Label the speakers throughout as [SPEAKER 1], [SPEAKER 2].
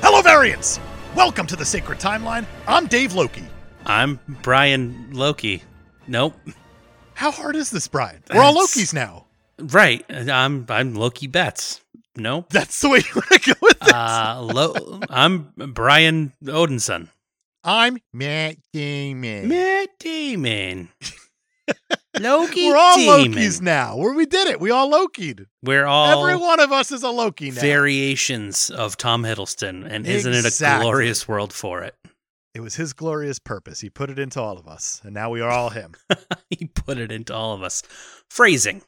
[SPEAKER 1] Hello, variants! Welcome to the Sacred Timeline. I'm Dave Loki.
[SPEAKER 2] I'm Brian Loki. Nope.
[SPEAKER 1] How hard is this, Brian? We're all
[SPEAKER 2] That's-
[SPEAKER 1] Lokis now.
[SPEAKER 2] Right. I'm I'm Loki Betts. Nope.
[SPEAKER 1] That's the way you want to go with this.
[SPEAKER 2] Uh, Lo- I'm Brian Odinson.
[SPEAKER 1] I'm Matt Damon.
[SPEAKER 2] Matt Damon. Loki
[SPEAKER 1] We're all
[SPEAKER 2] Damon.
[SPEAKER 1] Lokis now. Where we did it. We all Loki'd.
[SPEAKER 2] We're all
[SPEAKER 1] Every one of us is a Loki now.
[SPEAKER 2] variations of Tom Hiddleston, and isn't it a
[SPEAKER 1] Exactly.
[SPEAKER 2] glorious world for it?
[SPEAKER 1] It was his glorious purpose. He put it into all of us, and now we are all him.
[SPEAKER 2] He put it into all of us. Phrasing.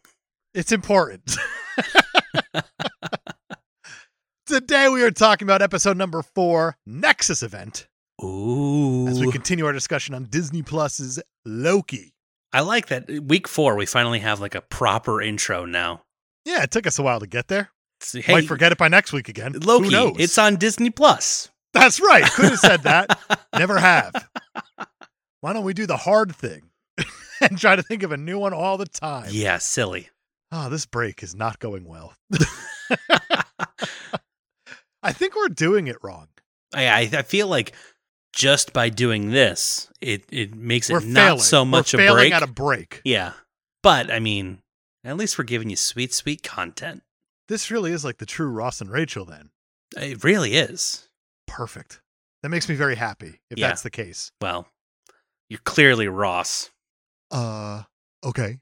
[SPEAKER 1] It's important. Today we are talking about episode number four, Nexus Event,
[SPEAKER 2] Ooh.
[SPEAKER 1] as we continue our discussion on Disney Plus's Loki.
[SPEAKER 2] I like that. Week four, we finally have like a proper intro now.
[SPEAKER 1] Yeah, it took us a while to get there.
[SPEAKER 2] It's- Hey,
[SPEAKER 1] Might forget it by next week again.
[SPEAKER 2] Loki,
[SPEAKER 1] Who knows?
[SPEAKER 2] it's on Disney Plus.
[SPEAKER 1] That's right. Could have said that. Never have. Why don't we do the hard thing and try to think of a new one all the time?
[SPEAKER 2] Yeah, silly.
[SPEAKER 1] Oh, this break is not going well. I think we're doing it wrong.
[SPEAKER 2] I, I I feel like just by doing this, it it makes it
[SPEAKER 1] we're
[SPEAKER 2] not
[SPEAKER 1] failing.
[SPEAKER 2] so much
[SPEAKER 1] we're
[SPEAKER 2] a
[SPEAKER 1] failing
[SPEAKER 2] break.
[SPEAKER 1] at a break.
[SPEAKER 2] yeah, but I mean, at least we're giving you sweet, sweet content.
[SPEAKER 1] This really is like the true Ross and Rachel. Then
[SPEAKER 2] It really is.
[SPEAKER 1] perfect. That makes me very happy if
[SPEAKER 2] Yeah.
[SPEAKER 1] that's the case.
[SPEAKER 2] Well, you're clearly Ross.
[SPEAKER 1] Uh, okay.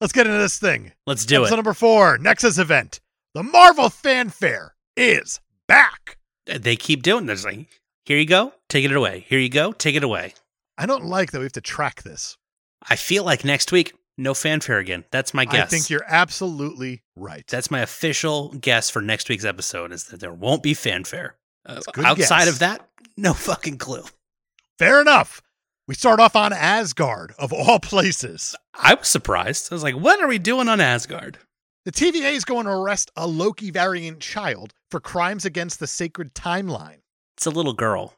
[SPEAKER 1] Let's get into this thing.
[SPEAKER 2] Let's do
[SPEAKER 1] Episode number four, Nexus event. The Marvel fanfare is back.
[SPEAKER 2] it. They keep doing this. Like, here you go, take it away. Here you go, take it away.
[SPEAKER 1] I don't like that we have to track this.
[SPEAKER 2] I feel like next week, no fanfare again. That's my
[SPEAKER 1] I
[SPEAKER 2] guess.
[SPEAKER 1] think you're absolutely right.
[SPEAKER 2] That's my official guess for next week's episode is that there won't be fanfare. Uh,
[SPEAKER 1] a good
[SPEAKER 2] outside
[SPEAKER 1] guess.
[SPEAKER 2] of that, no fucking clue.
[SPEAKER 1] Fair enough. We start off on Asgard, of all places.
[SPEAKER 2] I was surprised. I was like, what are we doing on Asgard?
[SPEAKER 1] The TVA is going to arrest a Loki variant child for crimes against the sacred timeline.
[SPEAKER 2] It's a little girl.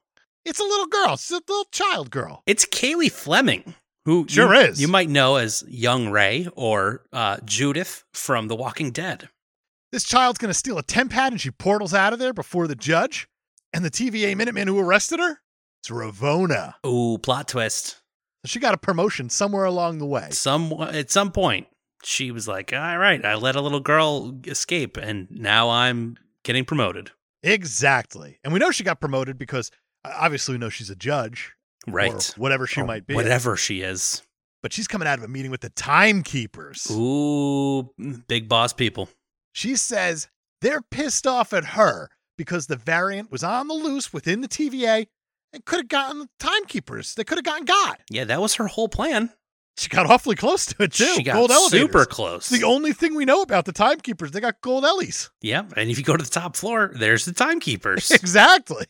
[SPEAKER 1] It's a little girl. It's a little child girl.
[SPEAKER 2] It's Kaylee Fleming, who you-
[SPEAKER 1] Sure is.
[SPEAKER 2] You might know as Young Ray or uh, Judith from The Walking Dead.
[SPEAKER 1] This child's going to steal a temp pad and she portals out of there before the judge. And the TVA Minuteman who arrested her? It's Ravona.
[SPEAKER 2] Ooh, plot twist.
[SPEAKER 1] She got a promotion somewhere along the way.
[SPEAKER 2] Some at some point, she was like, "All right, I let a little girl escape, and now I'm getting promoted."
[SPEAKER 1] Exactly. And we know she got promoted because uh, obviously we know she's a judge
[SPEAKER 2] Right.
[SPEAKER 1] or whatever she
[SPEAKER 2] Or
[SPEAKER 1] might be.
[SPEAKER 2] Whatever she is.
[SPEAKER 1] But she's coming out of a meeting with the timekeepers.
[SPEAKER 2] Ooh, mm, big boss people.
[SPEAKER 1] She says they're pissed off at her because the variant was on the loose within the TVA and could have gotten the timekeepers. They could have gotten got.
[SPEAKER 2] Yeah, that was her whole plan.
[SPEAKER 1] She got awfully close to it too.
[SPEAKER 2] she got
[SPEAKER 1] gold elevators.
[SPEAKER 2] super close.
[SPEAKER 1] It's the only thing we know about the timekeepers. They got gold ellies.
[SPEAKER 2] yeah, and if you go to the top floor, there's the timekeepers.
[SPEAKER 1] exactly.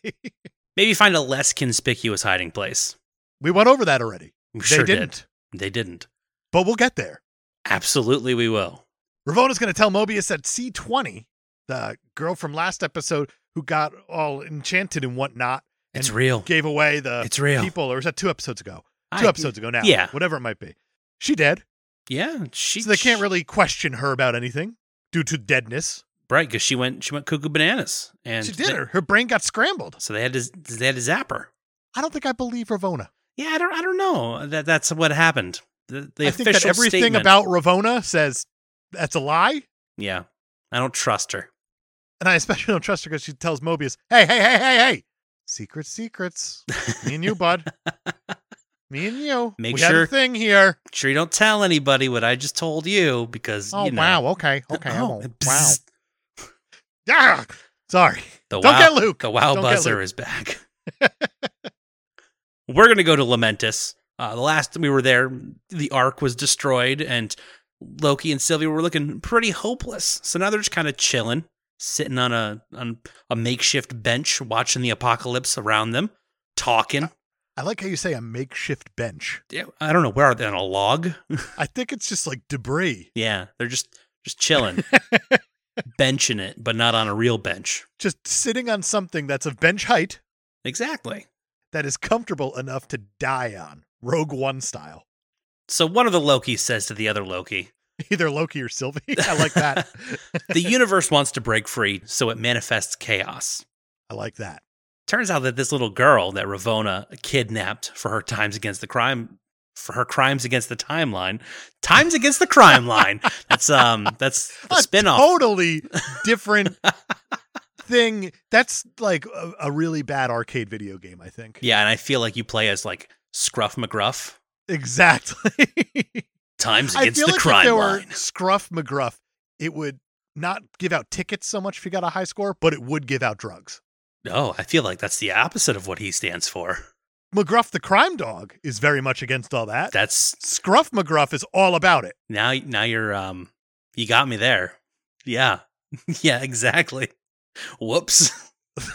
[SPEAKER 2] Maybe find a less conspicuous hiding place.
[SPEAKER 1] We went over that already.
[SPEAKER 2] We
[SPEAKER 1] they
[SPEAKER 2] sure
[SPEAKER 1] didn't,
[SPEAKER 2] did. They didn't.
[SPEAKER 1] but we'll get there.
[SPEAKER 2] Absolutely, we will.
[SPEAKER 1] Ravona's going to tell Mobius that C20, the girl from last episode who got all enchanted and whatnot,
[SPEAKER 2] It's
[SPEAKER 1] And
[SPEAKER 2] real.
[SPEAKER 1] gave away the
[SPEAKER 2] It's real.
[SPEAKER 1] people, or was that two episodes ago? Two
[SPEAKER 2] I-
[SPEAKER 1] episodes ago now.
[SPEAKER 2] yeah.
[SPEAKER 1] Whatever it might be. She dead.
[SPEAKER 2] Yeah, she.
[SPEAKER 1] so they can't really question her about anything due to deadness.
[SPEAKER 2] Right, because she went. She went cuckoo bananas, and
[SPEAKER 1] she did.
[SPEAKER 2] they-
[SPEAKER 1] her. Her brain got scrambled.
[SPEAKER 2] So they had to. They had to zap her.
[SPEAKER 1] I don't think I believe Ravona.
[SPEAKER 2] Yeah, I don't. I don't know. That that's what happened. The, the
[SPEAKER 1] I
[SPEAKER 2] official
[SPEAKER 1] think that everything
[SPEAKER 2] statement-
[SPEAKER 1] about Ravona says that's a lie.
[SPEAKER 2] Yeah, I don't trust her.
[SPEAKER 1] And I especially don't trust her because she tells Mobius, hey, hey, hey, hey, hey, secret secrets. Me and you, bud. Me and you.
[SPEAKER 2] Make
[SPEAKER 1] we
[SPEAKER 2] sure-
[SPEAKER 1] had a thing here.
[SPEAKER 2] Sure, you don't tell anybody what I just told you because
[SPEAKER 1] Oh,
[SPEAKER 2] you know.
[SPEAKER 1] wow. Okay. Okay. I
[SPEAKER 2] Oh,
[SPEAKER 1] won't. Wow.
[SPEAKER 2] bzzz.
[SPEAKER 1] Ah, sorry.
[SPEAKER 2] The
[SPEAKER 1] Don't
[SPEAKER 2] wow,
[SPEAKER 1] get Luke.
[SPEAKER 2] The wow
[SPEAKER 1] Don't get
[SPEAKER 2] buzzer
[SPEAKER 1] Luke.
[SPEAKER 2] is back. We're gonna go to Lamentus. Uh, the last we were there, the Ark was destroyed, and Loki and Sylvia were looking pretty hopeless. So now they're just kind of chilling, sitting on a on a makeshift bench, watching the apocalypse around them, talking.
[SPEAKER 1] I like how you say a makeshift bench.
[SPEAKER 2] Yeah, I don't know where are they on a log.
[SPEAKER 1] I think it's just like debris,
[SPEAKER 2] yeah, they're just just chilling, benching it, but not on a real bench.
[SPEAKER 1] just sitting on something that's of bench height
[SPEAKER 2] Exactly.
[SPEAKER 1] that is comfortable enough to die on, Rogue One style.
[SPEAKER 2] So one of the Loki says to the other Loki,
[SPEAKER 1] Either Loki or Sylvie. I like that.
[SPEAKER 2] "The universe wants to break free, so it manifests chaos."
[SPEAKER 1] I like that.
[SPEAKER 2] Turns out that this little girl that Ravona kidnapped for her crimes against the crime for her crimes against the timeline, times against the crime line. That's um that's the
[SPEAKER 1] A
[SPEAKER 2] spin-off.
[SPEAKER 1] Totally different thing. That's like a, a really bad arcade video game, I think.
[SPEAKER 2] Yeah, and I feel like you play as like Scruff McGruff.
[SPEAKER 1] Exactly.
[SPEAKER 2] Times
[SPEAKER 1] I
[SPEAKER 2] against
[SPEAKER 1] feel
[SPEAKER 2] the
[SPEAKER 1] like if
[SPEAKER 2] crime
[SPEAKER 1] there
[SPEAKER 2] line.
[SPEAKER 1] were Scruff McGruff, it would not give out tickets so much if you got a high score, but it would give out drugs.
[SPEAKER 2] No, Oh, I feel like that's the opposite of what he stands for.
[SPEAKER 1] McGruff the crime dog is very much against all that.
[SPEAKER 2] That's
[SPEAKER 1] Scruff McGruff is all about it.
[SPEAKER 2] now now you're um you got me there yeah yeah exactly whoops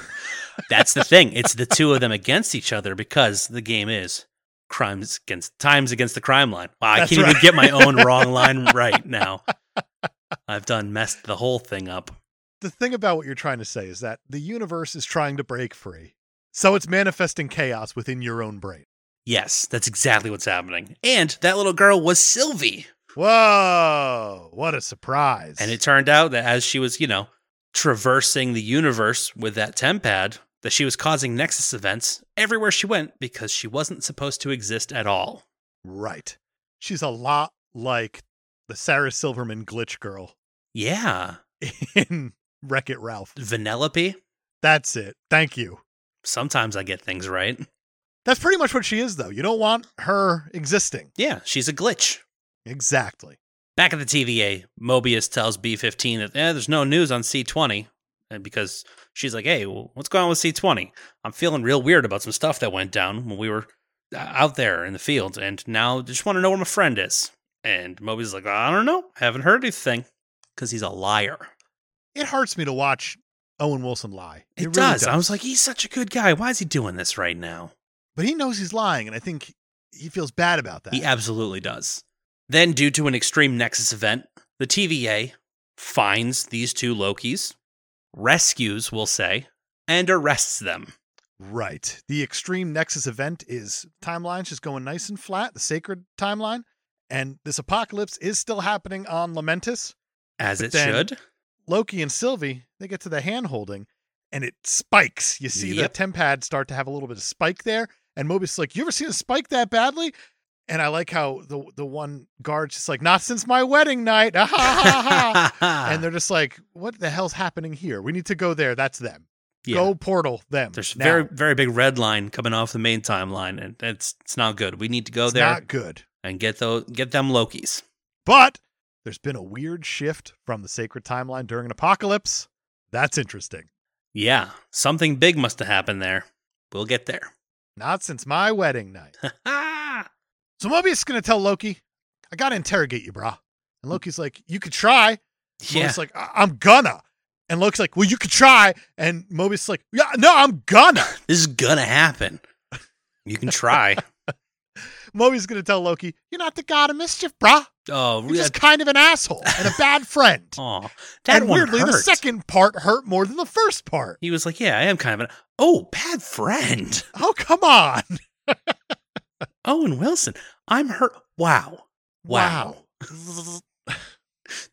[SPEAKER 2] that's the thing it's the two of them against each other because the game is crimes against times against the crime line wow i
[SPEAKER 1] That's
[SPEAKER 2] can't
[SPEAKER 1] right.
[SPEAKER 2] even get my own wrong line right now i've done messed the whole thing up
[SPEAKER 1] The thing about what you're trying to say is that the universe is trying to break free. So it's manifesting chaos within your own brain.
[SPEAKER 2] yes that's exactly what's happening and that little girl was sylvie
[SPEAKER 1] Whoa, what a surprise.
[SPEAKER 2] and it turned out that as she was you know traversing the universe with that tempad that she was causing nexus events everywhere she went because she wasn't supposed to exist at all
[SPEAKER 1] right. She's a lot like the Sarah Silverman glitch girl
[SPEAKER 2] yeah
[SPEAKER 1] in Wreck It Ralph.
[SPEAKER 2] vanellope
[SPEAKER 1] That's it. Thank you.
[SPEAKER 2] sometimes i get things right
[SPEAKER 1] That's pretty much what she is, though. You don't want her existing.
[SPEAKER 2] yeah she's a glitch
[SPEAKER 1] Exactly.
[SPEAKER 2] back at the tva mobius tells b15 that eh, there's no news on c20 and because she's like hey well, what's going on with c20 i'm feeling real weird about some stuff that went down when we were uh, out there in the field and now just want to know where my friend is and mobius is like i don't know haven't heard anything because he's a liar
[SPEAKER 1] It hurts me to watch Owen Wilson lie.
[SPEAKER 2] it,
[SPEAKER 1] really
[SPEAKER 2] does. i was like he's such a good guy why is he doing this right now
[SPEAKER 1] but he knows he's lying, and I think he feels bad about that.
[SPEAKER 2] He absolutely does. Then, due to an extreme Nexus event, the TVA finds these two Lokis, rescues, we'll say, and arrests them.
[SPEAKER 1] Right. The Extreme Nexus event is timelines just going nice and flat, the sacred timeline. And this apocalypse is still happening on Lamentus.
[SPEAKER 2] As
[SPEAKER 1] But
[SPEAKER 2] it
[SPEAKER 1] then-
[SPEAKER 2] should.
[SPEAKER 1] Loki and Sylvie, they get to the hand holding and it spikes. You see
[SPEAKER 2] Yep.
[SPEAKER 1] the tempad start to have a little bit of spike there. And Mobius is like, You ever seen a spike that badly? And I like how the the one guard's just like, Not since my wedding night. Ah, ha, ha, ha, ha. and they're just like, What the hell's happening here? We need to go there. That's them.
[SPEAKER 2] Yeah.
[SPEAKER 1] Go portal them.
[SPEAKER 2] There's
[SPEAKER 1] now.
[SPEAKER 2] very, very big red line coming off the main timeline, and it's it's not good. We need to go
[SPEAKER 1] It's
[SPEAKER 2] there
[SPEAKER 1] not good.
[SPEAKER 2] and get those get them Lokis.
[SPEAKER 1] But there's been a weird shift from the sacred timeline during an apocalypse. That's interesting.
[SPEAKER 2] Yeah, something big must have happened there. We'll get there.
[SPEAKER 1] Not since my wedding night.
[SPEAKER 2] Ah,
[SPEAKER 1] So Mobius is going to tell Loki, I got to interrogate you, brah. And Loki's like, You could try.
[SPEAKER 2] Mm. yeah,
[SPEAKER 1] Mobius' like, I- I'm gonna. And Loki's like, Well, you could try. And Mobius is like, Yeah, no, I'm gonna.
[SPEAKER 2] this is gonna happen. You can try.
[SPEAKER 1] Mobius is going to tell Loki, You're not the god of mischief, brah.
[SPEAKER 2] oh,
[SPEAKER 1] You're
[SPEAKER 2] really?
[SPEAKER 1] just kind of an asshole and a bad friend.
[SPEAKER 2] Oh, that
[SPEAKER 1] and
[SPEAKER 2] one
[SPEAKER 1] weirdly,
[SPEAKER 2] hurt.
[SPEAKER 1] the second part hurt more than the first part.
[SPEAKER 2] He was like, "Yeah, I am kind of an oh bad friend."
[SPEAKER 1] Oh, come on.
[SPEAKER 2] Owen Wilson, I'm hurt. Wow, wow.
[SPEAKER 1] Wow.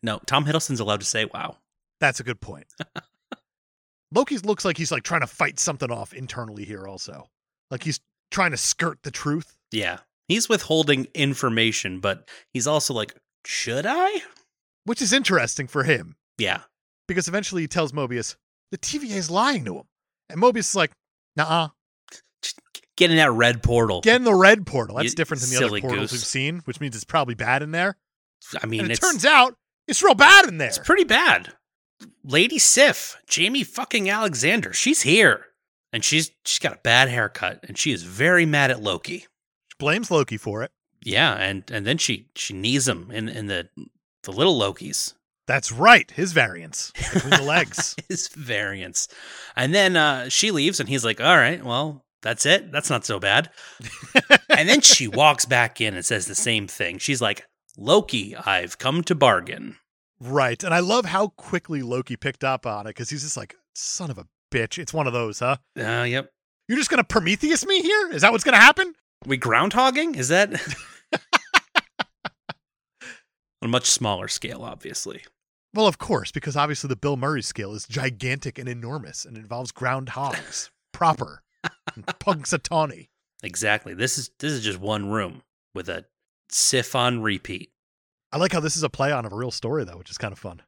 [SPEAKER 2] No, Tom Hiddleston's allowed to say wow.
[SPEAKER 1] That's a good point. Loki's looks like he's like trying to fight something off internally here also. Like he's trying to skirt the truth.
[SPEAKER 2] Yeah, he's withholding information, but he's also like, "Should I?"
[SPEAKER 1] Which is interesting for him.
[SPEAKER 2] Yeah,
[SPEAKER 1] Because eventually he tells Mobius, the TVA is lying to him. And Mobius is like, nah,
[SPEAKER 2] Just get in that red portal.
[SPEAKER 1] get in the red portal. That's
[SPEAKER 2] You
[SPEAKER 1] different than the
[SPEAKER 2] silly
[SPEAKER 1] other portals
[SPEAKER 2] goose.
[SPEAKER 1] we've seen, which means it's probably bad in there.
[SPEAKER 2] I mean,
[SPEAKER 1] and it
[SPEAKER 2] it's
[SPEAKER 1] turns out it's real bad in there.
[SPEAKER 2] it's pretty bad. Lady Sif, Jamie fucking Alexander, she's here, and she's she's got a bad haircut, and she is very mad at Loki.
[SPEAKER 1] Blames Loki for it.
[SPEAKER 2] Yeah, and and then she she knees him in in the the little Lokis,
[SPEAKER 1] That's right. His variants between the legs.
[SPEAKER 2] his variants. And then uh, she leaves, and he's like, all right, well, that's it. That's not so bad. and then she walks back in and says the same thing. She's like, Loki, I've come to bargain.
[SPEAKER 1] Right. And I love how quickly Loki picked up on it because he's just like, son of a bitch. It's one of those, huh?
[SPEAKER 2] Uh, yep.
[SPEAKER 1] You're just going to Prometheus me here? Is that what's going to happen?
[SPEAKER 2] We groundhogging? Is that on a much smaller scale, obviously.
[SPEAKER 1] Well, of course, because obviously the Bill Murray scale is gigantic and enormous and involves groundhogs proper, and punxsutawney.
[SPEAKER 2] Exactly. This is this is just one room with a sif on repeat.
[SPEAKER 1] I like how this is a play on of a real story, though, which is kind of fun.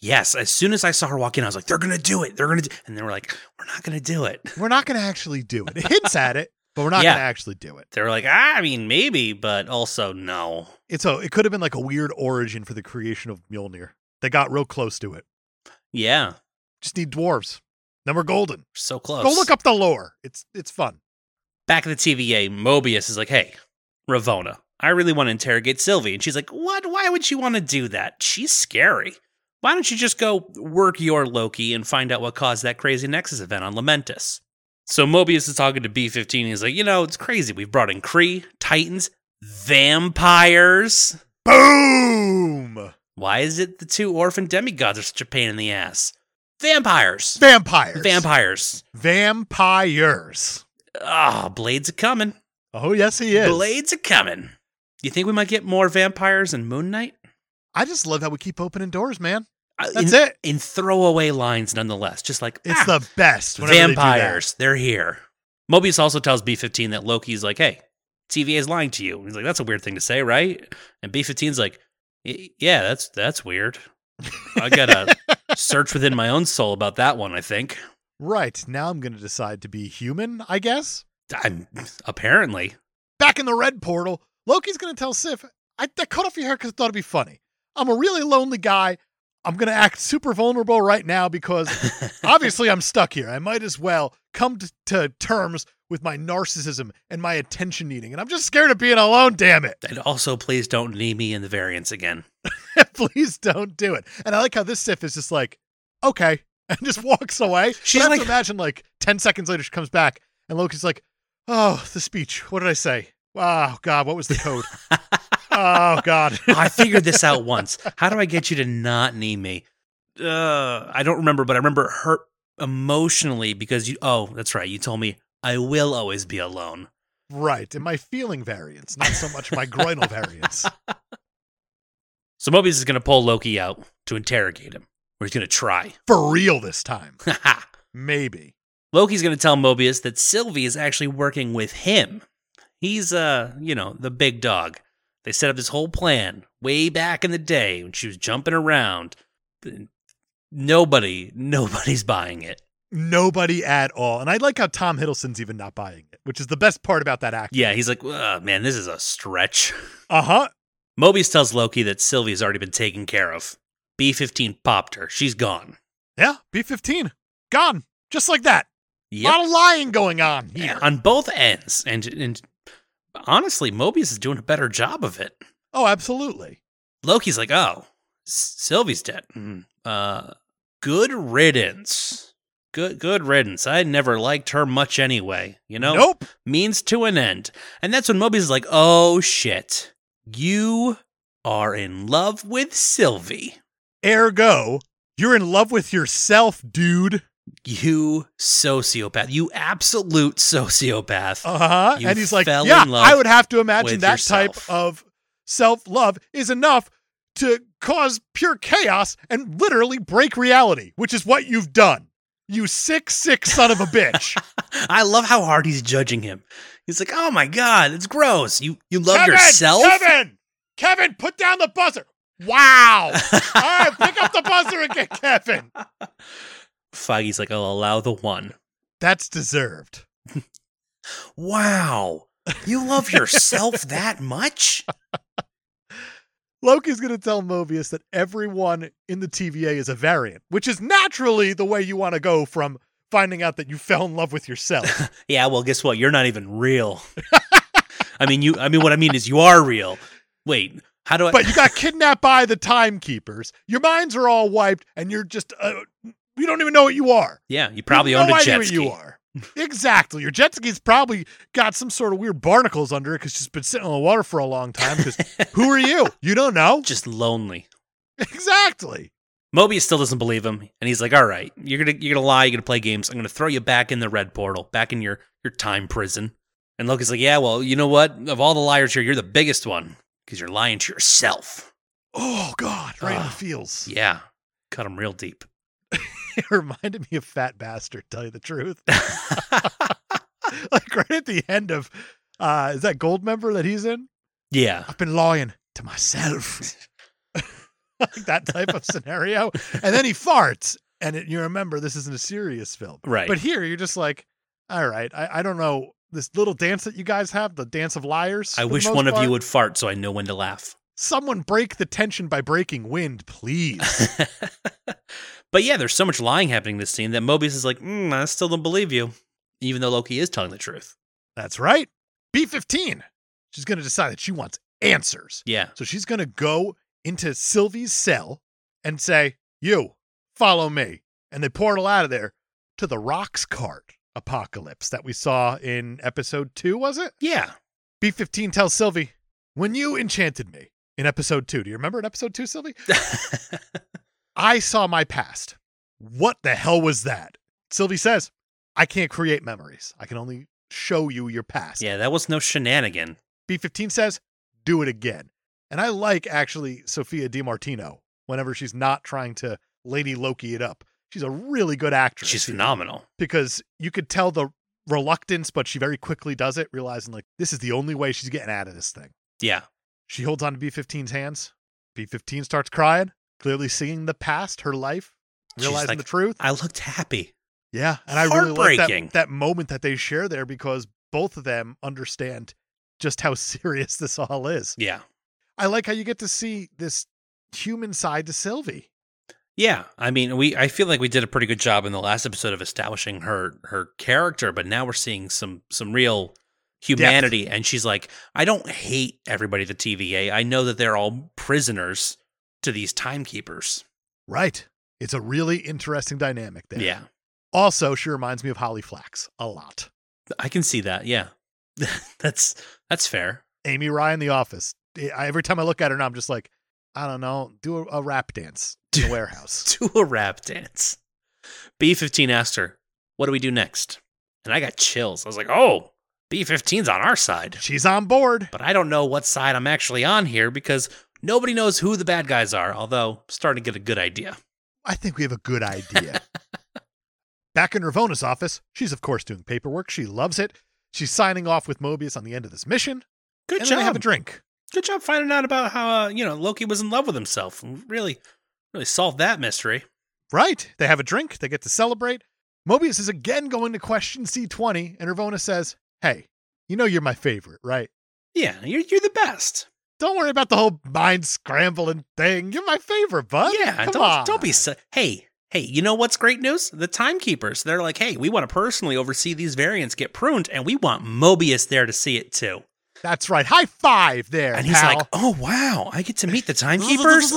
[SPEAKER 2] Yes, as soon as I saw her walk in, I was like, they're gonna do it. They're gonna do and they were like, we're not gonna do it.
[SPEAKER 1] We're not going to actually do it. It hints at it, but we're not
[SPEAKER 2] Yeah.
[SPEAKER 1] going to actually do it.
[SPEAKER 2] They were like, ah, I mean, maybe, but also no.
[SPEAKER 1] It's a, it could have been like a weird origin for the creation of Mjolnir. They got real close to it.
[SPEAKER 2] Yeah.
[SPEAKER 1] Just need dwarves. Then we're golden.
[SPEAKER 2] So close.
[SPEAKER 1] Go look up the lore. It's it's fun.
[SPEAKER 2] back at the TVA, Mobius is like, hey, Ravona, I really want to interrogate Sylvie. And she's like, what? Why would she want to do that? She's scary. Why don't you just go work your Loki and find out what caused that crazy Nexus event on Lamentus? So Mobius is talking to B15. He's like, you know, it's crazy. We've brought in Kree, Titans, vampires.
[SPEAKER 1] Boom!
[SPEAKER 2] Why is it the two orphan demigods are such a pain in the ass? Vampires.
[SPEAKER 1] Vampires.
[SPEAKER 2] Vampires.
[SPEAKER 1] Vampires.
[SPEAKER 2] Ah, Blades are coming.
[SPEAKER 1] Oh yes, he is.
[SPEAKER 2] Blades are coming. You think we might get more vampires and Moon Knight?
[SPEAKER 1] I just love how we keep opening doors, man.
[SPEAKER 2] Uh,
[SPEAKER 1] That's
[SPEAKER 2] in,
[SPEAKER 1] it.
[SPEAKER 2] In throwaway lines, nonetheless. Just like
[SPEAKER 1] It's
[SPEAKER 2] "Ah,
[SPEAKER 1] the best. whenever they do that.
[SPEAKER 2] vampires. They are here. Mobius also tells B15 that Loki's like, hey, TVA is lying to you. And he's like, that's a weird thing to say, right? And B15's like, "Y- yeah, that's that's weird. I gotta search within my own soul about that one, I think.
[SPEAKER 1] Right now, I'm going to decide to be human. I guess.
[SPEAKER 2] I'm apparently.
[SPEAKER 1] Back in the red portal, Loki's going to tell Sif, I, "I cut off your hair because I thought it'd be funny. I'm a really lonely guy. I'm going to act super vulnerable right now because obviously I'm stuck here. I might as well come to, to terms with my narcissism and my attention needing, and I'm just scared of being alone. Damn it!
[SPEAKER 2] and also, please don't knee me in the variants again.
[SPEAKER 1] Please don't do it. And I like how this Sif is just like, okay, and just walks away.
[SPEAKER 2] She's
[SPEAKER 1] She's I have
[SPEAKER 2] like-
[SPEAKER 1] to imagine like ten seconds later she comes back and Loki's like, oh, the speech. What did I say? Oh God, what was the code? oh God.
[SPEAKER 2] I figured this out once. How do I get you to not knee me? Uh, I don't remember, but I remember it hurt emotionally because you. Oh, that's right. You told me I will always be alone.
[SPEAKER 1] right, and my feeling variance, not so much my groinal variance.
[SPEAKER 2] So Mobius is going to pull Loki out to interrogate him, or he's going to try.
[SPEAKER 1] For real this time, maybe.
[SPEAKER 2] Loki's going to tell Mobius that Sylvie is actually working with him. He's, uh, you know, the big dog. They set up this whole plan way back in the day when she was jumping around. Nobody, nobody's buying it.
[SPEAKER 1] Nobody at all. And I like how Tom Hiddleston's even not buying it, which is the best part about that act.
[SPEAKER 2] Yeah, he's like, "Ugh, man, this is a stretch.
[SPEAKER 1] Uh huh.
[SPEAKER 2] Mobius tells Loki that Sylvia's already been taken care of. B15 popped her. She's gone.
[SPEAKER 1] Yeah. B fifteen gone, just like that.
[SPEAKER 2] Yep.
[SPEAKER 1] lot of lying going on here.
[SPEAKER 2] On both ends. And, and honestly, Mobius is doing a better job of it.
[SPEAKER 1] Oh, absolutely.
[SPEAKER 2] Loki's like, oh, S- Sylvie's dead.
[SPEAKER 1] Mm-hmm.
[SPEAKER 2] Mm. Uh, good riddance. Good, good riddance. I never liked her much anyway. You know,
[SPEAKER 1] Nope.
[SPEAKER 2] means to an end. And that's when Mobius is like, oh shit, you are in love with Sylvie.
[SPEAKER 1] Ergo, you're in love with yourself, dude.
[SPEAKER 2] you sociopath, you absolute sociopath.
[SPEAKER 1] Uh huh.
[SPEAKER 2] You
[SPEAKER 1] And he's like,
[SPEAKER 2] fell
[SPEAKER 1] yeah,
[SPEAKER 2] in love
[SPEAKER 1] I would have to imagine
[SPEAKER 2] with
[SPEAKER 1] that
[SPEAKER 2] yourself."
[SPEAKER 1] type of self love is enough to cause pure chaos and literally break reality, which is what you've done. You sick, sick son of a bitch.
[SPEAKER 2] I love how hard he's judging him. He's like, "Oh my god, it's gross. You you love
[SPEAKER 1] Kevin,
[SPEAKER 2] yourself."
[SPEAKER 1] Kevin, Kevin, put down the buzzer. Wow. All right, pick up the buzzer again, Kevin.
[SPEAKER 2] Foggy's like, "I'll allow the one."
[SPEAKER 1] That's deserved.
[SPEAKER 2] Wow, you love yourself that much?
[SPEAKER 1] Loki's going to tell Mobius that everyone in the TVA is a variant, which is naturally the way you want to go from finding out that you fell in love with yourself.
[SPEAKER 2] Yeah. Well, guess what? You're not even real. I mean, you. I mean, what I mean is, you are real. Wait, How do I?
[SPEAKER 1] But you got kidnapped by the timekeepers. Your minds are all wiped, and you're just uh, you don't even know what you are.
[SPEAKER 2] yeah, you probably
[SPEAKER 1] you have
[SPEAKER 2] owned
[SPEAKER 1] no
[SPEAKER 2] a
[SPEAKER 1] idea
[SPEAKER 2] jet
[SPEAKER 1] what
[SPEAKER 2] ski.
[SPEAKER 1] You are exactly. Your jet ski's probably got some sort of weird barnacles under it because it's been sitting on the water for a long time. Because who are you? You don't know
[SPEAKER 2] Just lonely.
[SPEAKER 1] exactly.
[SPEAKER 2] Mobius still doesn't believe him, and he's like, "All right, you're gonna you're gonna lie, you're gonna play games. I'm gonna throw you back in the red portal, back in your your time prison." And Loki's like, "Yeah, well, you know what? Of all the liars here, you're the biggest one because you're lying to yourself."
[SPEAKER 1] Oh God! Right in the
[SPEAKER 2] Ugh.
[SPEAKER 1] feels.
[SPEAKER 2] Ah. Yeah, cut him real deep.
[SPEAKER 1] It reminded me of Fat Bastard. Tell you the truth, like right at the end of uh is that Gold Member that he's in?
[SPEAKER 2] yeah,
[SPEAKER 1] I've been lying to myself. like that type of scenario. And then he farts. And it, you remember this isn't a serious film.
[SPEAKER 2] Right.
[SPEAKER 1] But here you're just like, all right, I, I don't know. This little dance that you guys have, the dance of liars.
[SPEAKER 2] I
[SPEAKER 1] for the
[SPEAKER 2] wish
[SPEAKER 1] most
[SPEAKER 2] one of
[SPEAKER 1] part.
[SPEAKER 2] you would fart so I know when to laugh.
[SPEAKER 1] Someone break the tension by breaking wind, please.
[SPEAKER 2] but yeah, there's so much lying happening in this scene that Mobius is like, mm, "I still don't believe you," even though Loki is telling the truth.
[SPEAKER 1] That's right. B15. She's going to decide that she wants answers.
[SPEAKER 2] Yeah,
[SPEAKER 1] So she's going to go into Sylvie's cell and say, You, follow me. And they portal out of there to the rocks cart apocalypse that we saw in episode two, was it?
[SPEAKER 2] yeah,
[SPEAKER 1] B15 tells Sylvie, When you enchanted me in episode two, do you remember in episode two, Sylvie? I saw my past. What the hell was that? Sylvie says, I can't create memories. I can only show you your past.
[SPEAKER 2] yeah. That was no shenanigan.
[SPEAKER 1] B15 says, do it again. And I like actually Sophia DiMartino whenever she's not trying to Lady Loki it up. She's a really good actress.
[SPEAKER 2] She's
[SPEAKER 1] here,
[SPEAKER 2] phenomenal.
[SPEAKER 1] Because you could tell the reluctance, but she very quickly does it, realizing like this is the only way she's getting out of this thing.
[SPEAKER 2] Yeah,
[SPEAKER 1] She holds on to B15's hands. B15 starts crying, clearly seeing the past, her life,
[SPEAKER 2] She's
[SPEAKER 1] realizing
[SPEAKER 2] like-
[SPEAKER 1] the truth.
[SPEAKER 2] I looked happy.
[SPEAKER 1] Yeah, and I really like
[SPEAKER 2] Heartbreaking.
[SPEAKER 1] that, that moment that they share there because both of them understand just how serious this all is.
[SPEAKER 2] Yeah.
[SPEAKER 1] I like how you get to see this human side to Sylvie.
[SPEAKER 2] Yeah, I mean, we I feel like we did a pretty good job in the last episode of establishing her her character, but now we're seeing some some real humanity and she's like, I don't hate everybody at the TVA. I know that they're all prisoners to these timekeepers.
[SPEAKER 1] Right. It's a really interesting dynamic there.
[SPEAKER 2] Yeah.
[SPEAKER 1] Also, she reminds me of Holly Flax a lot.
[SPEAKER 2] I can see that. Yeah. that's that's fair.
[SPEAKER 1] Amy Ryan, The Office. I, every time I look at her now, I'm just like, I don't know, do a, a rap dance in the warehouse.
[SPEAKER 2] Do a rap dance. B15 asked her, "What do we do next?" And I got chills. I was like, "Oh, B15's on our side."
[SPEAKER 1] She's on board.
[SPEAKER 2] but I don't know what side I'm actually on here because nobody knows who the bad guys are, although starting to get a good idea.
[SPEAKER 1] I think we have a good idea. Back in Ravona's office, she's of course doing paperwork. She loves it. She's signing off with Mobius on the end of this mission.
[SPEAKER 2] Good
[SPEAKER 1] and then they have a
[SPEAKER 2] job.
[SPEAKER 1] drink.
[SPEAKER 2] Good job finding out about how, uh, you know, Loki was in love with himself. Really, really solved that mystery.
[SPEAKER 1] Right. They have a drink. They get to celebrate. Mobius is again going to question C20, and Ravona says, Hey, you know you're my favorite, right?
[SPEAKER 2] Yeah, you're, you're the best.
[SPEAKER 1] Don't worry about the whole mind scrambling thing. You're my favorite, bud.
[SPEAKER 2] yeah,
[SPEAKER 1] Come
[SPEAKER 2] don't,
[SPEAKER 1] on.
[SPEAKER 2] don't be so. Hey, hey, you know what's great news? The timekeepers. They're like, hey, we want to personally oversee these variants get pruned, and we want Mobius there to see it too.
[SPEAKER 1] That's right. High five there.
[SPEAKER 2] And he's
[SPEAKER 1] pal.
[SPEAKER 2] like, oh, wow, I get to meet the timekeepers?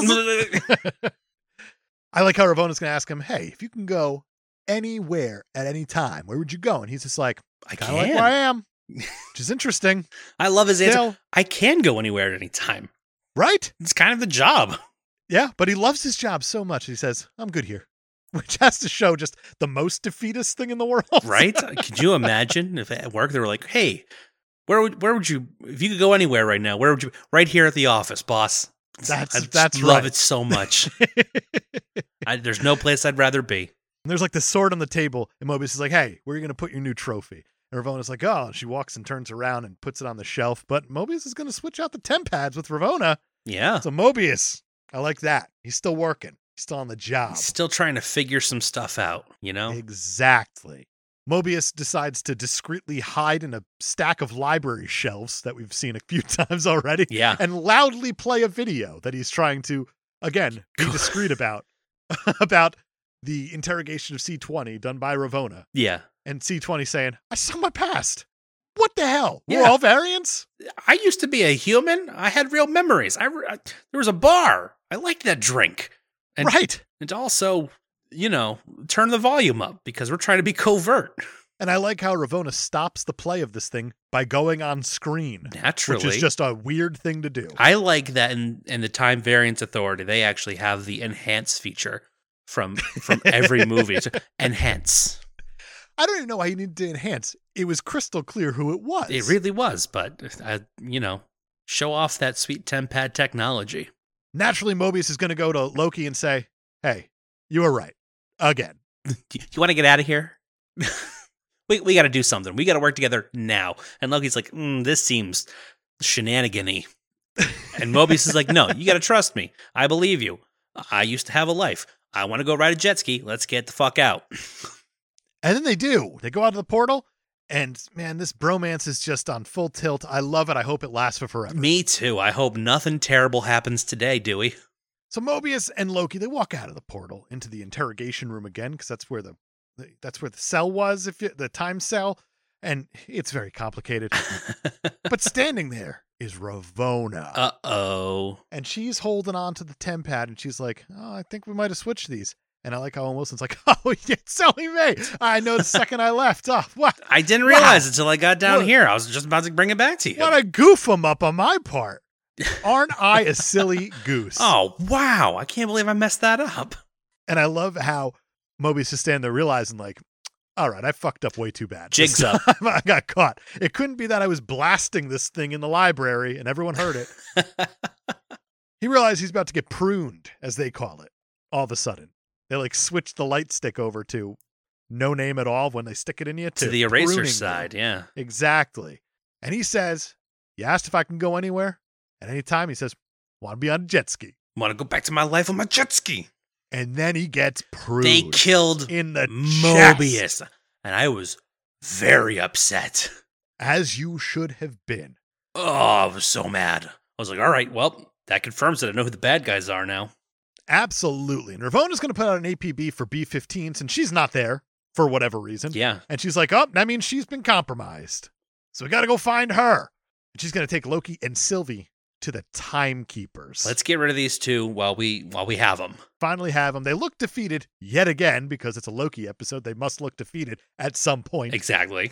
[SPEAKER 1] I like how Ravona's going to ask him, Hey, if you can go anywhere at any time, where would you go? And he's just like,
[SPEAKER 2] I
[SPEAKER 1] Kind of like where I
[SPEAKER 2] can.
[SPEAKER 1] am, which is interesting.
[SPEAKER 2] I love his answer.
[SPEAKER 1] Still,
[SPEAKER 2] I can go anywhere at any time.
[SPEAKER 1] right?
[SPEAKER 2] It's kind of the job.
[SPEAKER 1] Yeah, but he loves his job so much. He says, I'm good here, which has to show just the most defeatist thing in the world.
[SPEAKER 2] right? could you imagine if at work they were like, "Hey, where would where would you if you could go anywhere right now? Where would you? Right here at the office, boss.
[SPEAKER 1] That's-
[SPEAKER 2] I just
[SPEAKER 1] that's
[SPEAKER 2] love
[SPEAKER 1] right.
[SPEAKER 2] it so much.
[SPEAKER 1] and
[SPEAKER 2] I, there's no place I'd rather be.
[SPEAKER 1] there's like the sword on the table, and Mobius is like, "Hey, where are you going to put your new trophy?" And Ravona's like, "Oh," and she walks and turns around and puts it on the shelf. But Mobius is going to switch out the temp pads with Ravona.
[SPEAKER 2] Yeah,
[SPEAKER 1] So Mobius, I like that. He's still working. He's still on the job.
[SPEAKER 2] still trying to figure some stuff out. You know?
[SPEAKER 1] Exactly. Mobius decides to discreetly hide in a stack of library shelves that we've seen a few times already
[SPEAKER 2] Yeah.
[SPEAKER 1] and loudly play a video that he's trying to, again, be discreet about, about the interrogation of C20 done by Ravona
[SPEAKER 2] Yeah.
[SPEAKER 1] and C20 saying, I saw my past. what the hell? We're
[SPEAKER 2] Yeah.
[SPEAKER 1] all variants?
[SPEAKER 2] I used to be a human. I had real memories. I, re- I- there was a bar. I liked that drink. And-
[SPEAKER 1] right.
[SPEAKER 2] And also, you know, turn the volume up because we're trying to be covert.
[SPEAKER 1] And I like how Ravona stops the play of this thing by going on screen,
[SPEAKER 2] Naturally.
[SPEAKER 1] which is just a weird thing to do.
[SPEAKER 2] I like that in, in the Time Variance Authority, they actually have the enhance feature from from every movie. It's enhance.
[SPEAKER 1] I don't even know why you needed to enhance. It was crystal clear who it was.
[SPEAKER 2] It really was, but uh, you know, show off that sweet tempad technology.
[SPEAKER 1] Naturally, Mobius is going to go to Loki and say, hey, you were right. Again.
[SPEAKER 2] Do you, want to get out of here? we we got to do something. We got to work together now. And Loki's like, mm, this seems shenanigan-y. And Mobius is like, no, you got to trust me. I believe you. I used to have a life. I want to go ride a jet ski. Let's get the fuck out.
[SPEAKER 1] And then they do. They go out of the portal, and man, this bromance is just on full tilt. I love it. I hope it lasts for forever.
[SPEAKER 2] Me too. I hope nothing terrible happens today, Dewey.
[SPEAKER 1] So Mobius and Loki they walk out of the portal into the interrogation room again because that's where the, the that's where the cell was, if you, the time cell, and it's very complicated. but standing there is Ravona,
[SPEAKER 2] uh oh.
[SPEAKER 1] and she's holding on to the temp pad, and she's like, "Oh, I think we might have switched these." And I like how Owen Wilson's like, "Oh, yeah, Sally May, I know the second I left. Oh, what
[SPEAKER 2] I didn't
[SPEAKER 1] Wow.
[SPEAKER 2] realize until I got down
[SPEAKER 1] What-
[SPEAKER 2] here. I was just about to bring it back to you.
[SPEAKER 1] what a goof 'em up on my part. Aren't I a silly goose?"
[SPEAKER 2] oh wow! I can't believe I messed that up.
[SPEAKER 1] And I love how Mobius is standing there realizing, like, all right, I fucked up way too bad. This
[SPEAKER 2] Jigs up.
[SPEAKER 1] time I got caught. It couldn't be that I was blasting this thing in the library and everyone heard it. he realized he's about to get pruned, as they call it, all of a sudden. They like switch the light stick over to no name at all when they stick it in you
[SPEAKER 2] to the eraser
[SPEAKER 1] pruning you.
[SPEAKER 2] side, yeah.
[SPEAKER 1] Exactly. And he says, You asked if I can go anywhere? At any time, he says, Want to be on a jet ski.
[SPEAKER 2] Want to go back to my life on my jet ski?
[SPEAKER 1] And then he gets pruned
[SPEAKER 2] They killed
[SPEAKER 1] in the chest.
[SPEAKER 2] Mobius, and I was very upset.
[SPEAKER 1] as you should have been.
[SPEAKER 2] Oh, I was so mad. I was like, all right, well, that confirms that I know who the bad guys are now.
[SPEAKER 1] Absolutely. And Ravona's going to put out an APB for B15 since she's not there for whatever reason.
[SPEAKER 2] Yeah,
[SPEAKER 1] And she's like, oh, that means she's been compromised. So we got to go find her. And she's going to take Loki and Sylvie to the timekeepers.
[SPEAKER 2] let's get rid of these two while we while we have them.
[SPEAKER 1] finally have them. They look defeated yet again because it's a Loki episode. They must look defeated at some point.
[SPEAKER 2] Exactly.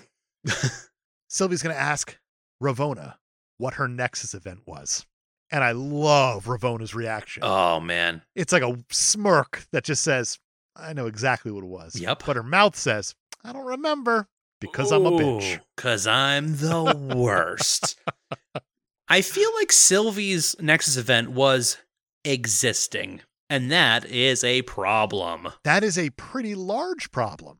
[SPEAKER 1] Sylvie's going to ask Ravona what her Nexus event was. And I love Ravona's reaction.
[SPEAKER 2] Oh man,
[SPEAKER 1] it's like a smirk that just says, I know exactly what it was.
[SPEAKER 2] Yep.
[SPEAKER 1] But her mouth says, I don't remember because I'm a bitch.
[SPEAKER 2] Because I'm the worst. I feel like Sylvie's Nexus event was existing, and that is a problem.
[SPEAKER 1] That is a pretty large problem.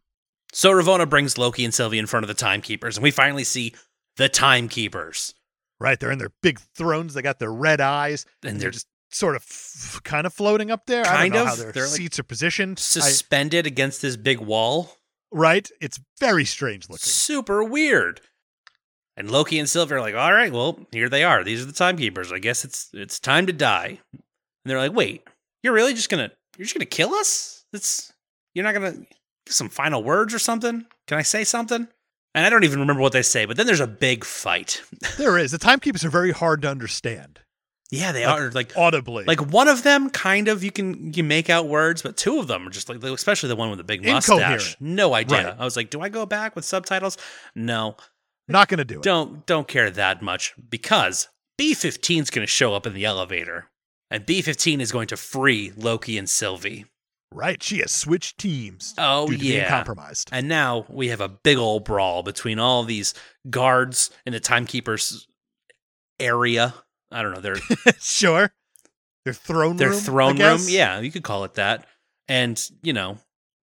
[SPEAKER 2] So Ravona brings Loki and Sylvie in front of the timekeepers, and we finally see the timekeepers.
[SPEAKER 1] Right. They're in their big thrones. They got their red eyes.
[SPEAKER 2] And they're
[SPEAKER 1] just sort of f- kind of floating up there. I
[SPEAKER 2] Kind
[SPEAKER 1] don't know
[SPEAKER 2] of.
[SPEAKER 1] how their
[SPEAKER 2] They're like-
[SPEAKER 1] seats are positioned. I-
[SPEAKER 2] suspended against this big wall.
[SPEAKER 1] right. It's very strange looking.
[SPEAKER 2] Super weird. And Loki and Sylvie are like, all right, well, here they are. These are the timekeepers. I guess it's it's time to die. And they're like, wait, you're really just gonna you're just gonna kill us? That's you're not gonna give some final words or something? Can I say something? And I don't even remember what they say, but then there's a big fight.
[SPEAKER 1] there is. The timekeepers are very hard to understand
[SPEAKER 2] Yeah, they
[SPEAKER 1] Like,
[SPEAKER 2] are like
[SPEAKER 1] audibly.
[SPEAKER 2] Like one of them, kind of, you can you can make out words, but two of them are just like, especially the one with the big mustache.
[SPEAKER 1] Incoherent.
[SPEAKER 2] No idea.
[SPEAKER 1] Right.
[SPEAKER 2] I was like, do I go back with subtitles? No,
[SPEAKER 1] not going to do it.
[SPEAKER 2] don't don't care that much because B fifteen is going to show up in the elevator, and B fifteen is going to free Loki and Sylvie.
[SPEAKER 1] Right. She has switched teams.
[SPEAKER 2] Oh
[SPEAKER 1] due to being
[SPEAKER 2] yeah.
[SPEAKER 1] compromised.
[SPEAKER 2] And now we have a big old brawl between all these guards in the timekeepers area. I don't know. They're
[SPEAKER 1] sure. Their throne
[SPEAKER 2] their
[SPEAKER 1] room. I
[SPEAKER 2] throne room.
[SPEAKER 1] guess?
[SPEAKER 2] Yeah, you could call it that. And you know,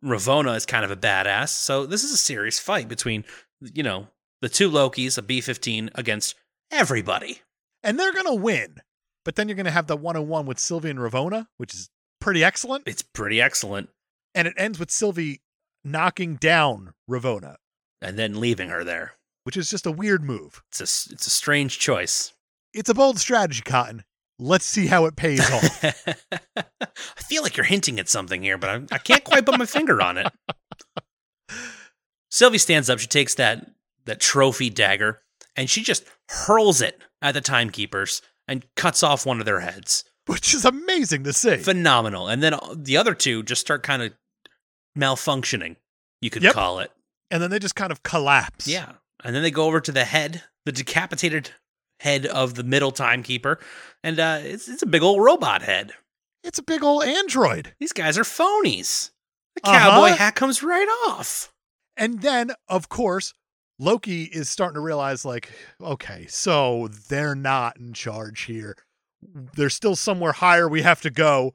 [SPEAKER 2] Ravona is kind of a badass, so this is a serious fight between you know the two Lokis, a B fifteen against everybody.
[SPEAKER 1] and they're gonna win. But then you're gonna have the one-on-one with Sylvie and Ravona, which is pretty excellent.
[SPEAKER 2] It's pretty excellent.
[SPEAKER 1] And it ends with Sylvie knocking down Ravona,
[SPEAKER 2] And then leaving her there,
[SPEAKER 1] which is just a weird move.
[SPEAKER 2] it's a s- it's a strange choice.
[SPEAKER 1] It's a bold strategy, Cotton. Let's see how it pays off.
[SPEAKER 2] I feel like you're hinting at something here, but I, I can't quite put my finger on it. Sylvie stands up. She takes that that trophy dagger and she just hurls it at the timekeepers and cuts off one of their heads.
[SPEAKER 1] which is amazing to see.
[SPEAKER 2] Phenomenal. And then uh, the other two just start kind of malfunctioning, you could
[SPEAKER 1] Yep.
[SPEAKER 2] call it.
[SPEAKER 1] and then they just kind of collapse.
[SPEAKER 2] Yeah. And then they go over to the head, the decapitated head of the middle timekeeper, and uh, it's, it's a big old robot head.
[SPEAKER 1] It's a big old android.
[SPEAKER 2] These guys are phonies. The
[SPEAKER 1] Uh-huh.
[SPEAKER 2] cowboy hat comes right off.
[SPEAKER 1] And then, of course, Loki is starting to realize, like, okay, so they're not in charge here. There's still somewhere higher we have to go.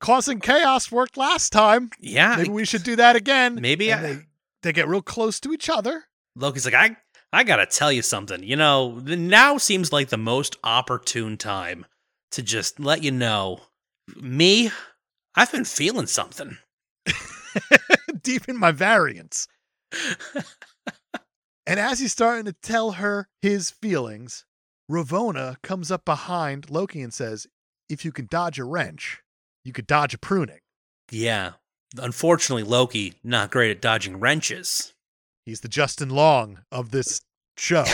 [SPEAKER 1] Causing chaos worked last time.
[SPEAKER 2] Yeah.
[SPEAKER 1] Maybe we should do that again.
[SPEAKER 2] Ah, Maybe
[SPEAKER 1] And
[SPEAKER 2] I-
[SPEAKER 1] they, they get real close to each other.
[SPEAKER 2] Loki's like, I, I gotta tell you something. You know, th- now seems like the most opportune time to just let you know. Me, I've been feeling something.
[SPEAKER 1] deep in my variants. and as he's starting to tell her his feelings, Ravona comes up behind Loki and says, If you can dodge a wrench, you could dodge a pruning.
[SPEAKER 2] Yeah. Unfortunately, Loki not great at dodging wrenches.
[SPEAKER 1] He's the Justin Long of this show.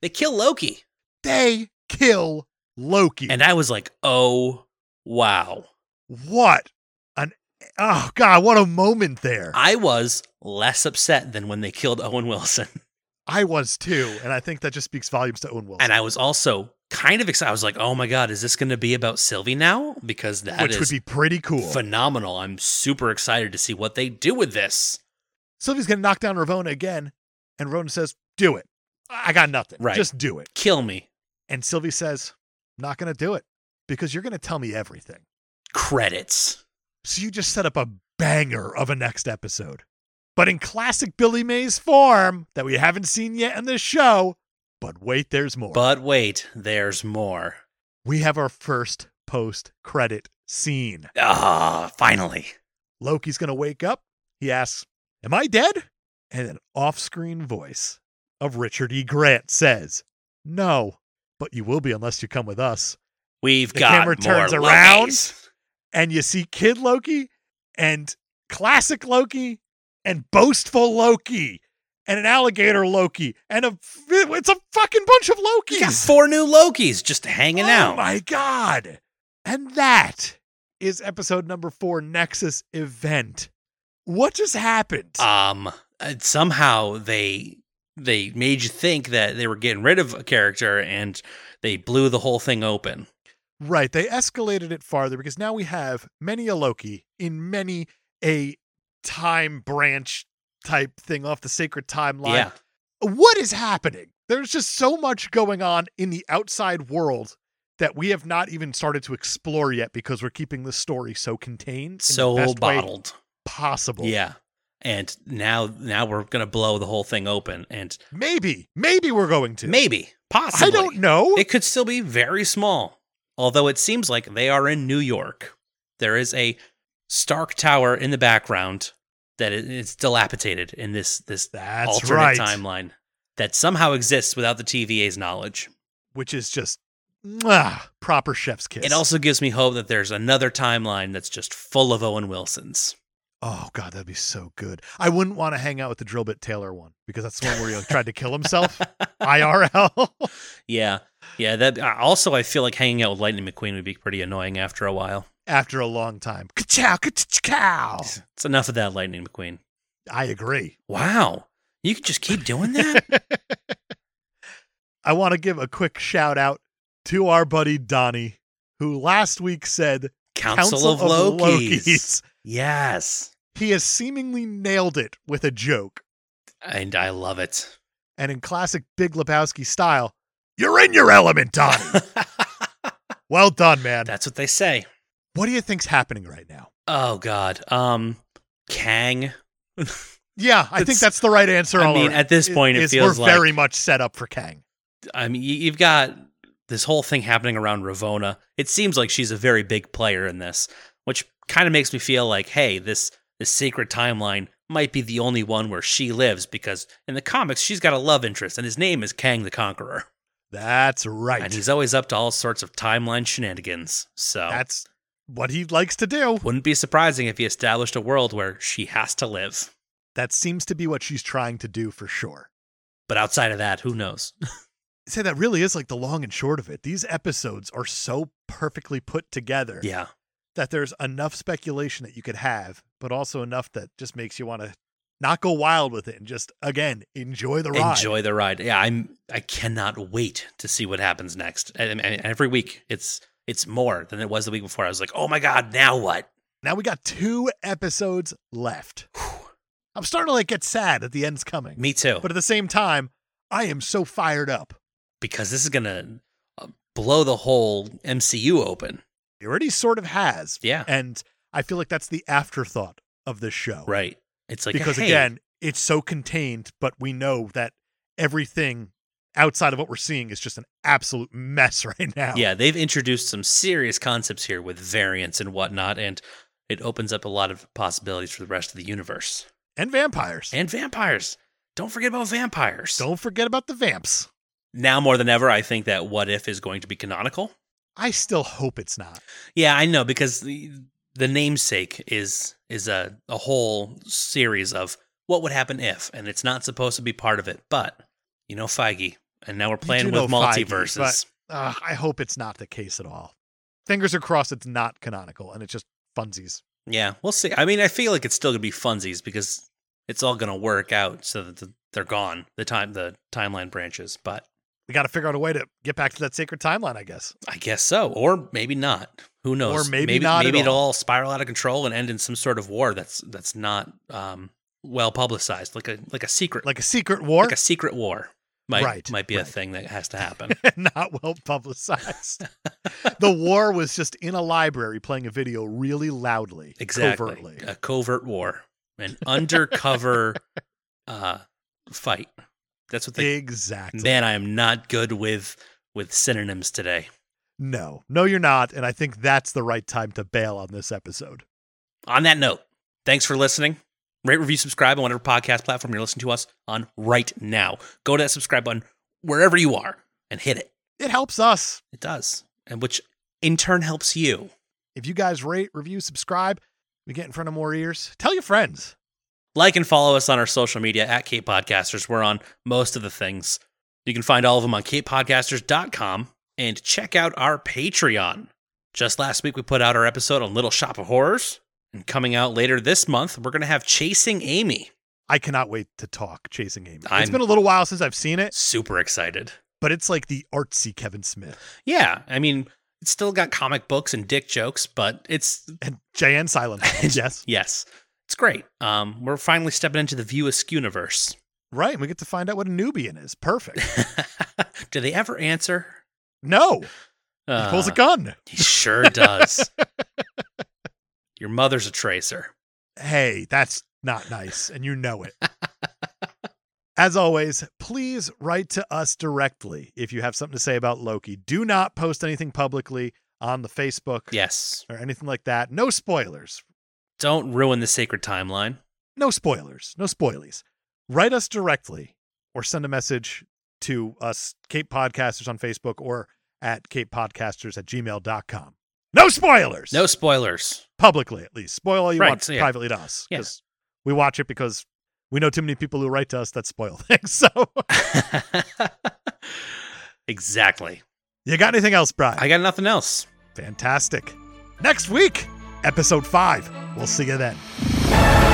[SPEAKER 2] they kill Loki,
[SPEAKER 1] they kill Loki.
[SPEAKER 2] and I was like, oh wow.
[SPEAKER 1] what an oh god, what a moment there. I,
[SPEAKER 2] I was less upset than when they killed Owen Wilson,
[SPEAKER 1] was too, and I think that just speaks volumes to Owen Wilson.
[SPEAKER 2] and I was also kind of excited. I was like, oh my god, is this going to be about Sylvie now? Because that is.
[SPEAKER 1] which would be pretty cool.
[SPEAKER 2] phenomenal. I'm super excited to see what they do with this.
[SPEAKER 1] Sylvie's gonna knock down Ravona again, and Ravona says, "Do it. I I got nothing.
[SPEAKER 2] Right.
[SPEAKER 1] Just do it."
[SPEAKER 2] Kill me.
[SPEAKER 1] And Sylvie says, "Not gonna do it because you're gonna tell me everything."
[SPEAKER 2] Credits.
[SPEAKER 1] So you just set up a banger of a next episode, but in classic Billy Mays form that we haven't seen yet in this show. But wait, there's more.
[SPEAKER 2] But wait, there's more.
[SPEAKER 1] we have our first post-credit scene.
[SPEAKER 2] Ah, finally.
[SPEAKER 1] Loki's gonna wake up. He asks, "Am I dead?" And an off-screen voice of Richard E. Grant says, "No, but you will be unless you come with us."
[SPEAKER 2] We've
[SPEAKER 1] The
[SPEAKER 2] got
[SPEAKER 1] camera turns
[SPEAKER 2] more
[SPEAKER 1] around.
[SPEAKER 2] Lokis.
[SPEAKER 1] And you see Kid Loki and classic Loki and boastful Loki and an alligator Loki and a it's a fucking bunch of
[SPEAKER 2] We got
[SPEAKER 1] Lokis
[SPEAKER 2] four new Lokis just hanging
[SPEAKER 1] oh
[SPEAKER 2] out.
[SPEAKER 1] my god! And that is episode number four, Nexus Event. What just happened?
[SPEAKER 2] Um, uh, somehow they they made you think that they were getting rid of a character, and they blew the whole thing open.
[SPEAKER 1] Right. They escalated it farther because now we have many a Loki in many a time branch type thing off the sacred timeline.
[SPEAKER 2] Yeah,
[SPEAKER 1] What is happening? There's just so much going on in the outside world that we have not even started to explore yet because we're keeping the story so contained in the
[SPEAKER 2] so
[SPEAKER 1] best way
[SPEAKER 2] bottled.
[SPEAKER 1] possible.
[SPEAKER 2] Yeah, and now now we're gonna blow the whole thing open, and
[SPEAKER 1] Maybe. Maybe we're going to.
[SPEAKER 2] maybe possibly
[SPEAKER 1] I don't know.
[SPEAKER 2] It could still be very small, although it seems like they are in New York. There is a Stark Tower in the background that i- it's dilapidated in this this
[SPEAKER 1] That's
[SPEAKER 2] alternate
[SPEAKER 1] right.
[SPEAKER 2] timeline that somehow exists without the TVA's knowledge.
[SPEAKER 1] Which is just mwah, proper chef's kiss.
[SPEAKER 2] It also gives me hope that there's another timeline that's just full of Owen Wilsons.
[SPEAKER 1] Oh God, that'd be so good. I wouldn't want to hang out with the drill bit Taylor one because that's the one where he like, tried to kill himself IRL.
[SPEAKER 2] Yeah, yeah. That I- also, I feel like hanging out with Lightning McQueen would be pretty annoying after a while.
[SPEAKER 1] After a long time, ka-chow, ka-chow.
[SPEAKER 2] It's enough of that, Lightning McQueen.
[SPEAKER 1] I agree.
[SPEAKER 2] Wow, you could just keep doing that.
[SPEAKER 1] I want to give a quick shout out to our buddy Donnie, who last week said
[SPEAKER 2] Council, of, Lokis. Yes.
[SPEAKER 1] He has seemingly nailed it with a joke,
[SPEAKER 2] And I love it.
[SPEAKER 1] and in classic Big Lebowski style, you're in your element, Donnie. well done, man.
[SPEAKER 2] That's what they say.
[SPEAKER 1] What do you think's happening right now?
[SPEAKER 2] Oh God. Um Kang.
[SPEAKER 1] Yeah, I think
[SPEAKER 2] It's-
[SPEAKER 1] that's the right answer.
[SPEAKER 2] I
[SPEAKER 1] all
[SPEAKER 2] mean,
[SPEAKER 1] around.
[SPEAKER 2] at this point it
[SPEAKER 1] is
[SPEAKER 2] feels
[SPEAKER 1] we're
[SPEAKER 2] like-
[SPEAKER 1] very much set up for Kang.
[SPEAKER 2] I mean, you- you've got this whole thing happening around Ravona. It seems like she's a very big player in this, which kind of makes me feel like, hey, this this secret timeline might be the only one where she lives because in the comics she's got a love interest and his name is Kang the Conqueror.
[SPEAKER 1] That's right.
[SPEAKER 2] And he's always up to all sorts of timeline shenanigans. So
[SPEAKER 1] That's what he likes to do.
[SPEAKER 2] wouldn't be surprising if he established a world where she has to live.
[SPEAKER 1] That seems to be what she's trying to do for sure.
[SPEAKER 2] But outside of that, who knows?
[SPEAKER 1] say that really is like the long and short of it. These episodes are so perfectly put together
[SPEAKER 2] yeah.
[SPEAKER 1] that there's enough speculation that you could have, but also enough that just makes you want to not go wild with it and just again enjoy the ride.
[SPEAKER 2] Enjoy the ride. Yeah, I'm I cannot wait to see what happens next. And, and every week it's it's more than it was the week before. I was like, "Oh my god, now what?"
[SPEAKER 1] Now we got two episodes left.
[SPEAKER 2] Whew.
[SPEAKER 1] I'm starting to like get sad that the end's coming,
[SPEAKER 2] Me too.
[SPEAKER 1] but at the same time, I am so fired up.
[SPEAKER 2] because this is going to blow the whole MCU open.
[SPEAKER 1] It already sort of has,
[SPEAKER 2] Yeah.
[SPEAKER 1] and I feel like that's the afterthought of this show,
[SPEAKER 2] Right. It's like
[SPEAKER 1] because
[SPEAKER 2] hey,
[SPEAKER 1] again, it's so contained, but we know that everything outside of what we're seeing is just an absolute mess right now.
[SPEAKER 2] Yeah, they've introduced some serious concepts here with variants and whatnot, and it opens up a lot of possibilities for the rest of the universe.
[SPEAKER 1] and vampires.
[SPEAKER 2] And vampires. Don't forget about vampires.
[SPEAKER 1] Don't forget about the vamps.
[SPEAKER 2] Now more than ever, I think that What If is going to be canonical.
[SPEAKER 1] I still hope it's not.
[SPEAKER 2] Yeah, I know because the, the namesake is is a, a whole series of what would happen if, and it's not supposed to be part of it. But you know, Feige, and now we're playing
[SPEAKER 1] do
[SPEAKER 2] with
[SPEAKER 1] know Feige,
[SPEAKER 2] multiverses.
[SPEAKER 1] but- Uh, I hope it's not the case at all. Fingers are crossed it's not canonical and it's just funsies.
[SPEAKER 2] Yeah, we'll see. I mean, I feel like it's still gonna be funsies because it's all gonna work out so that the, they're gone. The time, the timeline branches, but
[SPEAKER 1] We got to figure out a way to get back to that sacred timeline, I guess.
[SPEAKER 2] I guess so, or maybe not. Who knows?
[SPEAKER 1] Or maybe not at
[SPEAKER 2] Maybe it'll
[SPEAKER 1] all.
[SPEAKER 2] all spiral out of control and end in some sort of war that's that's not um, well publicized, like a like a secret,
[SPEAKER 1] Like a secret war,
[SPEAKER 2] like a secret war. Might
[SPEAKER 1] Right,
[SPEAKER 2] might be a
[SPEAKER 1] right.
[SPEAKER 2] thing that has to happen.
[SPEAKER 1] not well publicized. the war was just in a library playing a video really loudly,
[SPEAKER 2] exactly.
[SPEAKER 1] covertly.
[SPEAKER 2] A covert war, an undercover uh, fight. That's what they
[SPEAKER 1] Exactly.
[SPEAKER 2] Man, I am not good with with synonyms today.
[SPEAKER 1] No, no, you're not. And I think that's the right time to bail on this episode.
[SPEAKER 2] On that note, thanks for listening. Rate, review, subscribe on whatever podcast platform you're listening to us on right now. Go to that subscribe button wherever you are and hit it.
[SPEAKER 1] It helps us.
[SPEAKER 2] It does, and which in turn helps you.
[SPEAKER 1] If you guys rate, review, subscribe, we get in front of more ears. Tell your friends.
[SPEAKER 2] Like and follow us on our social media at Kate Podcasters. We're on most of the things. You can find all of them on katepodcasters.com and check out our Patreon. Just last week, we put out our episode on Little Shop of Horrors. And coming out later this month, we're going to have Chasing Amy.
[SPEAKER 1] I cannot wait to talk Chasing Amy.
[SPEAKER 2] I'm-
[SPEAKER 1] It's been a little while since I've seen it,
[SPEAKER 2] Super excited.
[SPEAKER 1] but it's like the artsy Kevin Smith
[SPEAKER 2] Yeah. I mean, it's still got comic books and dick jokes, but it's,
[SPEAKER 1] and J.N. Silent. Bob. yes.
[SPEAKER 2] yes, it's great. Um, we're finally stepping into the View Askew universe.
[SPEAKER 1] Right. And we get to find out what a Nubian is. Perfect.
[SPEAKER 2] Do they ever answer?
[SPEAKER 1] No, he pulls a
[SPEAKER 2] Uh,
[SPEAKER 1] gun.
[SPEAKER 2] He sure does. Your mother's a tracer.
[SPEAKER 1] Hey, that's not nice. And you know it. As always, please write to us directly if you have something to say about Loki. Do not post anything publicly on the Facebook
[SPEAKER 2] Yes.
[SPEAKER 1] or anything like that. No spoilers.
[SPEAKER 2] Don't ruin the sacred timeline.
[SPEAKER 1] No spoilers. No spoilies. Write us directly or send a message to us, Cape Podcasters on Facebook or at capepodcasters at gmail.com. No spoilers.
[SPEAKER 2] No spoilers.
[SPEAKER 1] Publicly, at least. Spoil all you
[SPEAKER 2] Right,
[SPEAKER 1] want
[SPEAKER 2] so yeah.
[SPEAKER 1] privately to us.
[SPEAKER 2] Yeah.
[SPEAKER 1] 'cause We watch it because we know too many people who write to us that spoil things. So
[SPEAKER 2] exactly.
[SPEAKER 1] you got anything else, Brian?
[SPEAKER 2] I got nothing else.
[SPEAKER 1] Fantastic. Next week, episode five. We'll see you then.